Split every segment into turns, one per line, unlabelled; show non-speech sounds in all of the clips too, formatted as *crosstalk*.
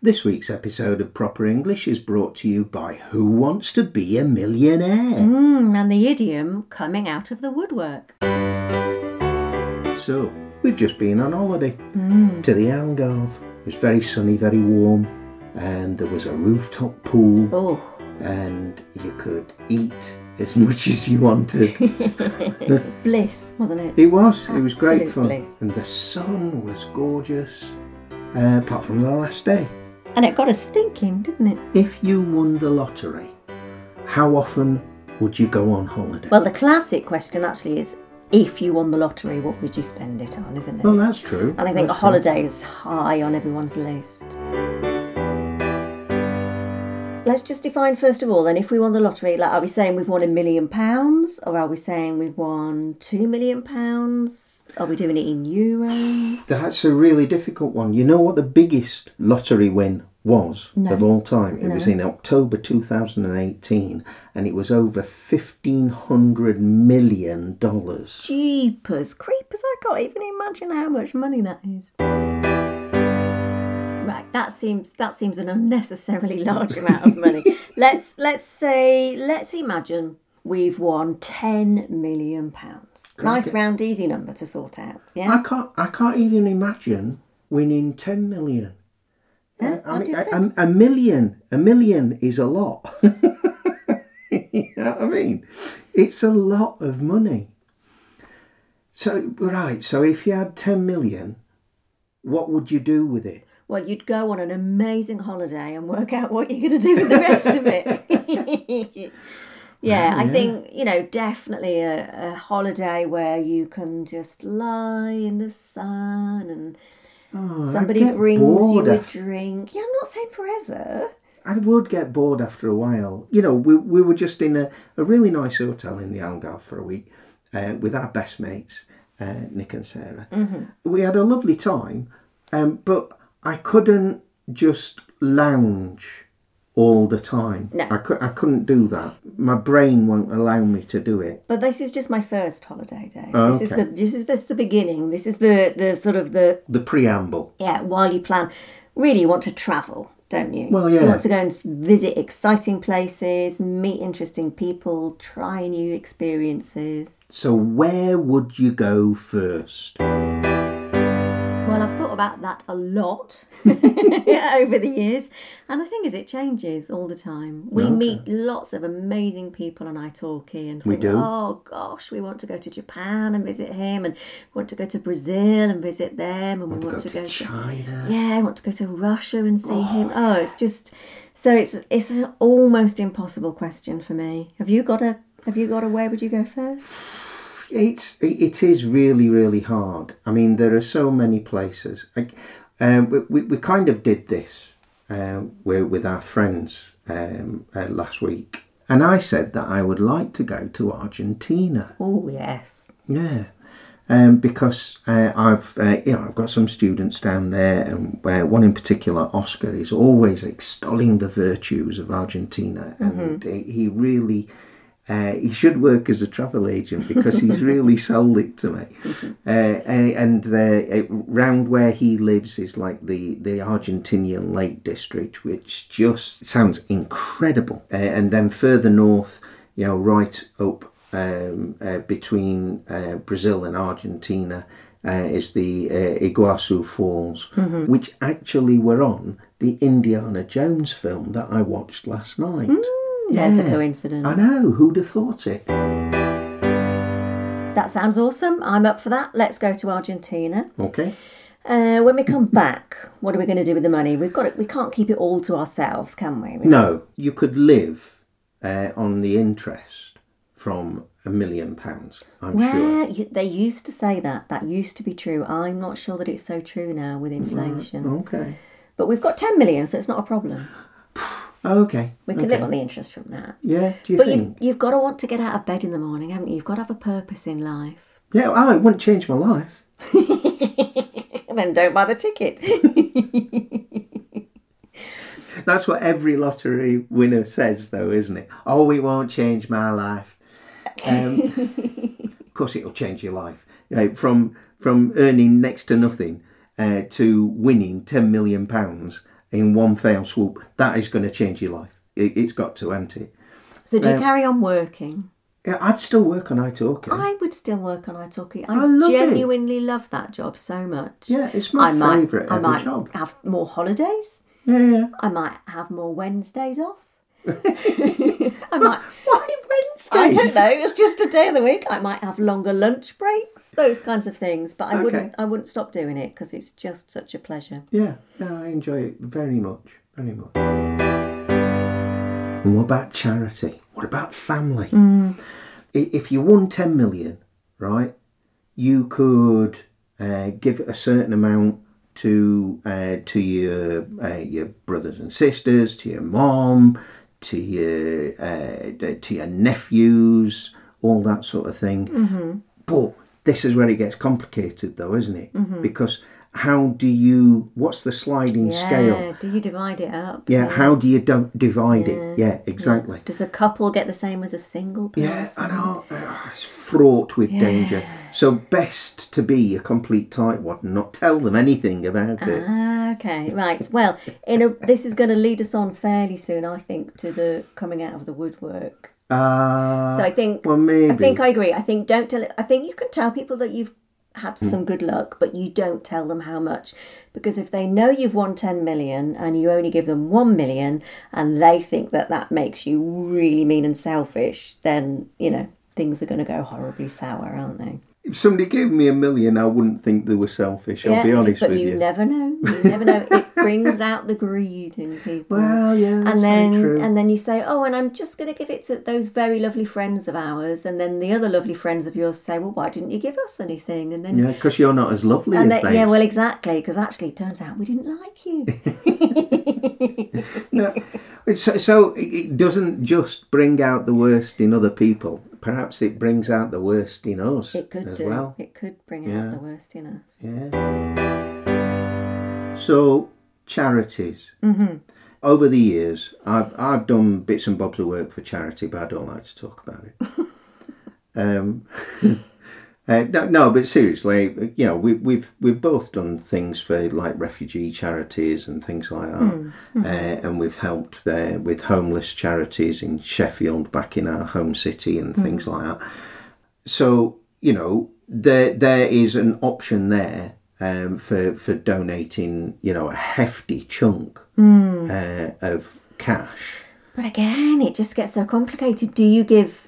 This week's episode of Proper English is brought to you by Who Wants to Be a Millionaire?
Mm, and the idiom coming out of the woodwork.
So, we've just been on holiday
Mm.
to the Algarve. It was very sunny, very warm, and there was a rooftop pool, *laughs*
Oh,
and you could eat as much as you wanted.
bliss, wasn't it?
It was. It was great
Absolute
fun.
bliss.
And the sun was gorgeous, uh, apart from the last day.
And it got us thinking, didn't it?
If you won the lottery, how often would you go on holiday?
Well, the classic question actually is if you won the lottery, what would you spend it on, isn't it?
Well, that's true.
and I think a
That's true.
holiday is high on everyone's list. Let's just define first of all then if we won the lottery, like are we saying we've won a million pounds or are we saying we've won two million pounds? Are we doing it in euros?
That's a really difficult one. You know what the biggest lottery win was
No.
of all time? It was in October 2018 and it was over $1,500 million.
Jeepers, creepers, I can't even imagine how much money that is. Right, that seems that seems an unnecessarily *laughs* large amount of money. let's let's say let's imagine we've won ten million pounds. Nice round easy number to sort out.
I
Yeah.
can't, I can't even imagine winning 10 million.
Yeah,
I
I've
mean,
just
a-
said.
a, a million, a million is a lot. *laughs* you know what I mean? It's a lot of money. So, right, so if you had 10 million, what would you do with it?
Well, you'd go on an amazing holiday and work out what you're going to do with the rest of it. *laughs* yeah, I think, you know, definitely a, a holiday where you can just lie in the sun and
Oh, I'd
somebody
get
brings
bored
you a
af-
drink. Yeah, I'm not saying forever.
I would get bored after a while. You know, we, we were just in a, a really nice hotel in the Algarve for a week uh, with our best mates, uh, Nick and Sarah. We had a lovely time, um, but I couldn't just lounge all the time.
No.
I, cou- I couldn't do that. My brain won't allow me to do it.
But this is just my first holiday day.
Oh,
this is
okay.
the this is this the beginning. This is the the sort of the
The preamble.
yeah, while you plan, really you want to travel, don't you?
Well, yeah.
You want to go and s- visit exciting places, meet interesting people, try new experiences.
So, where would you go first?
Well, I've thought about that
*laughs*
a lot *laughs* over the years. And the thing is, it changes all the time. We meet lots of amazing people on italki and
We
think,
do.
oh gosh, we want to go to Japan and visit him and we want to go to Brazil and visit them and we
Go
want
to China.
Yeah, I want to go to Russia and see him. Oh, it's just so it's it's an almost impossible question for me. Have you got a have you got a where would you go first?
It's it is really really hard. I mean, there are so many places. Like, um, we, we we kind of did this um, with with our friends um, uh, last week, and I said that I would like to go to Argentina.
Oh yes.
Yeah, um, because uh, I've uh, you know I've got some students down there, and uh, one in particular, Oscar, is always extolling the virtues of Argentina, and he- he really. Uh, he should work as a travel agent because he's really sold it to me. Uh, a- and the, uh, round where he lives is like the, the Argentinian Lake District, which just sounds incredible. Uh, and then further north, you know, right up um, uh, between uh, Brazil and Argentina uh, is the uh, Iguazu Falls, which actually were on the Indiana Jones film that I watched last night.
There's a
Yeah.
coincidence.
I know, who'd have thought it?
That sounds awesome. I'm up for that. Let's go to Argentina.
Okay.
Uh, when we come back, what are we going to do with the money? We've got it. We can't keep it all to ourselves, can we? We-
No, you could live uh, on the interest from a million pounds, I'm sure.
Where you, they used to say that, that used to be true. I'm not sure that it's so true now with inflation.
Okay.
But we've got 10 million, so it's not a problem.
Okay.
We can live on the interest from that.
Yeah, do you
But
think?
you've, you've got to want to get out of bed in the morning, haven't you? You've got to have a purpose in life.
Yeah, oh, it wouldn't change my life.
And then don't buy the ticket.
That's what every lottery winner says, though, isn't it? Oh, it won't change my life. Um,
*laughs*
of course, it'll change your life You know, from from earning next to nothing uh, to winning ten million pounds in one fell swoop, that is going to change your life. It, it's got to, ain't it?
*laughs* So do you carry on working?
Yeah, I'd still work on italki.
I would still work on italki. I,
I love it.
genuinely love that job so much.
yeah, it's my
I might,
favourite
I
ever
might
job.
have more holidays.
Yeah,
*laughs*
yeah.
I might have more Wednesdays off.
*laughs*
*laughs* I might.
Why
I don't
Wednesdays?
know. It's just a day of the week. I might have longer lunch breaks, those kinds of things. But I wouldn't. I wouldn't stop doing it because it's just such a pleasure.
Yeah, no, I enjoy it very much, very much. And what about charity? What about family? I- If you won 10 million, right, you could uh, give a certain amount to uh, to your uh, your brothers and sisters, to your mom, to your uh, to your nephews, all that sort of thing. But this is where it gets complicated, though, isn't it? Because how do you? What's the sliding
Yeah.
scale?
Do you divide it up?
Yeah. How do you do- divide it? Yeah. Exactly.
Does a couple get the same as a single person?
Yeah, I know. Ah, It's fraught with danger. So best to be a complete tightwad and not tell them anything about it.
Ah, okay, right. Well, in a, this is going to lead us on fairly soon, I think, to the coming out of the woodwork.
Uh,
Uh-huh. So I think
well, maybe.
I think I agree. I think don't tell. I think you can tell people that you've had
Hmm.
some good luck, but you don't tell them how much because if they know you've won ten million and you only give them one million, and they think that that makes you really mean and selfish, then you know things are going to go horribly sour, aren't they?
if somebody gave me a million, I wouldn't think they were selfish. I'll be honest
but
with
you,
you.
never know. You never know.
*laughs*
It brings out the greed in people.
Well, yeah, that's
and then
very true.
and then you say, "Oh, and I'm just going to give it to those very lovely friends of ours," and then the other lovely friends of yours say, "Well, why didn't you give us anything?" And then
yeah, because you're not as lovely
um, and
as
then-
they.
yeah, well, exactly, because actually, it turns out we didn't like
*laughs*
you.
No. So, so it- it doesn't just bring out the worst in other people. Perhaps it brings out the worst in us
It could
as
do.
well.
It could bring
Yeah.
out the worst in us.
Yeah. So charities. Mm-hmm. Over the years, I've I've done bits and bobs of work for charity, but I don't like to talk about it. um, *laughs* uh, no, no, but seriously, you know, we, we've we've both done things for like refugee charities and things like that, uh, and we've helped there with homeless charities in Sheffield, back in our home city, and things like that so you know there there is an option there um, for for donating you know a hefty chunk
Hmm.
uh, of cash.
But again, it just gets so complicated. Do you give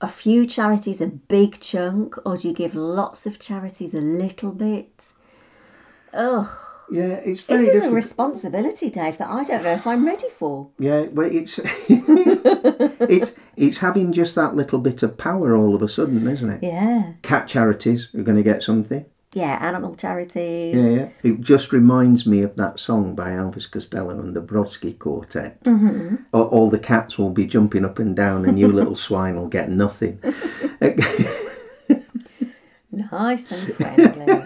a few charities a big chunk, or do you give lots of charities a little bit? Ugh.
Yeah, it's
This
very
is a
difficult.
responsibility, Dave, that I don't know if I'm ready for.
yeah, well,
*laughs*
it's *laughs* it's it's having just that little bit of power all of a sudden, isn't it?
Yeah.
Cat charities are going to get something.
Yeah, animal charities.
Yeah, yeah. It just reminds me of that song by Elvis Costello and the Brodsky Quartet. Mm-hmm. All, all the cats will be jumping up and down, and you *laughs* little swine will get nothing. *laughs*
Nice and
*laughs*
friendly.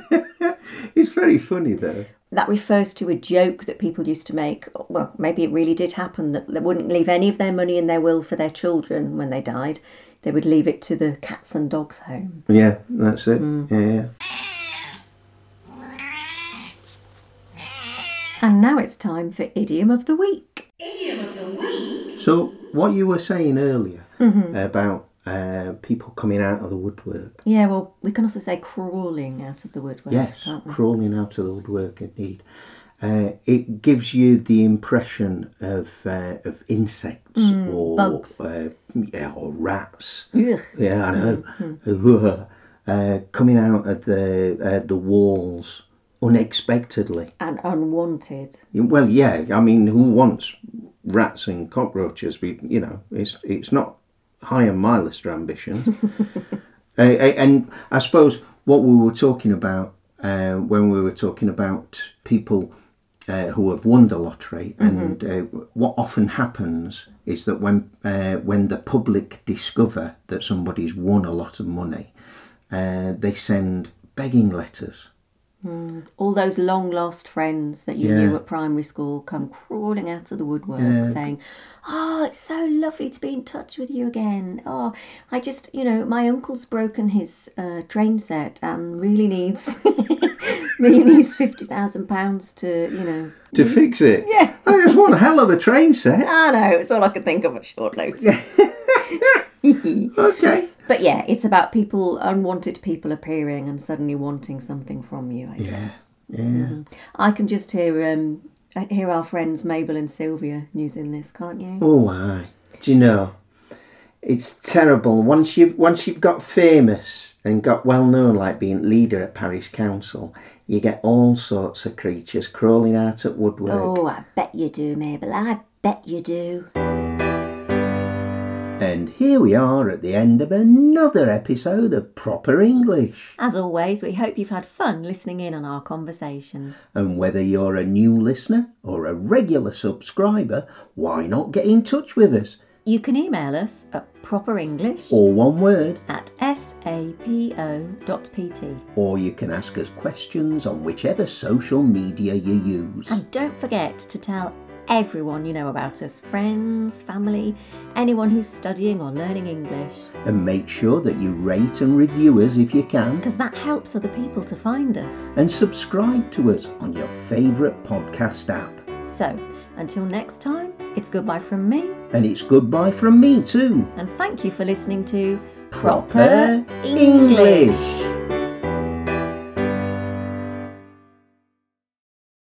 It's very funny though.
that refers to a joke that people used to make. Well, maybe it really did happen that they wouldn't leave any of their money in their will for their children when they died. They would leave it to the cats and dogs home.
Yeah, that's it. Yeah, yeah.
And now it's time for Idiom of the Week.
So what you were saying earlier Mm-hmm. about uh, people coming out of the woodwork.
Yeah, well, we can also say crawling out of the woodwork.
Yes,
can't we?
crawling out of the woodwork indeed. Uh, it gives you the impression of uh, of insects or
bugs.
Uh, yeah, or rats.
Ugh.
Mm, *laughs* Yeah, I know. Uh, coming out of the uh, the walls unexpectedly.
And unwanted.
Well, yeah. I mean, who wants rats and cockroaches? We, you know, it's it's not high on my list of ambitions. Uh, and I suppose what we were talking about uh, when we were talking about people uh, who have won the lottery, and uh, what often happens is that when uh, when the public discover that somebody's won a lot of money, uh, they send begging letters.
All those long lost friends that you
Yeah.
knew at primary school come crawling out of the woodwork saying, Oh, it's so lovely to be in touch with you again. Oh, I just, you know, my uncle's broken his uh, train set and really needs *laughs* he needs fifty thousand pounds to, you know.
to fix it.
Yeah.
Oh, it's one hell of a train set.
I know it's all I can think of at short notice.
Okay.
but yeah, it's about people, unwanted people appearing and suddenly wanting something from you. I guess.
Yeah. Yeah.
I can just hear um, I hear our friends Mabel and Sylvia using this, can't you?
Oh, aye. Do you know? It's terrible. Once you've once you've got famous and got well known, like being leader at parish council, you get all sorts of creatures crawling out at woodwork.
Oh, I bet you do, Mabel. I bet you do.
And here we are at the end of another episode of Proper English.
As always, we hope you've had fun listening in on our conversation.
And whether you're a new listener or a regular subscriber, why not get in touch with us?
You can email us at properenglish
Or one word,
at sapo.pt.
or you can ask us questions on whichever social media you use.
And don't forget to tell everyone you know about us friends, family, anyone who's studying or learning English
And make sure that you rate and review us if you can.
because that helps other people to find us.
And subscribe to us on your favourite podcast app.
So, until next time, it's goodbye from me
And it's goodbye from me too.
and thank you for listening to
Proper English.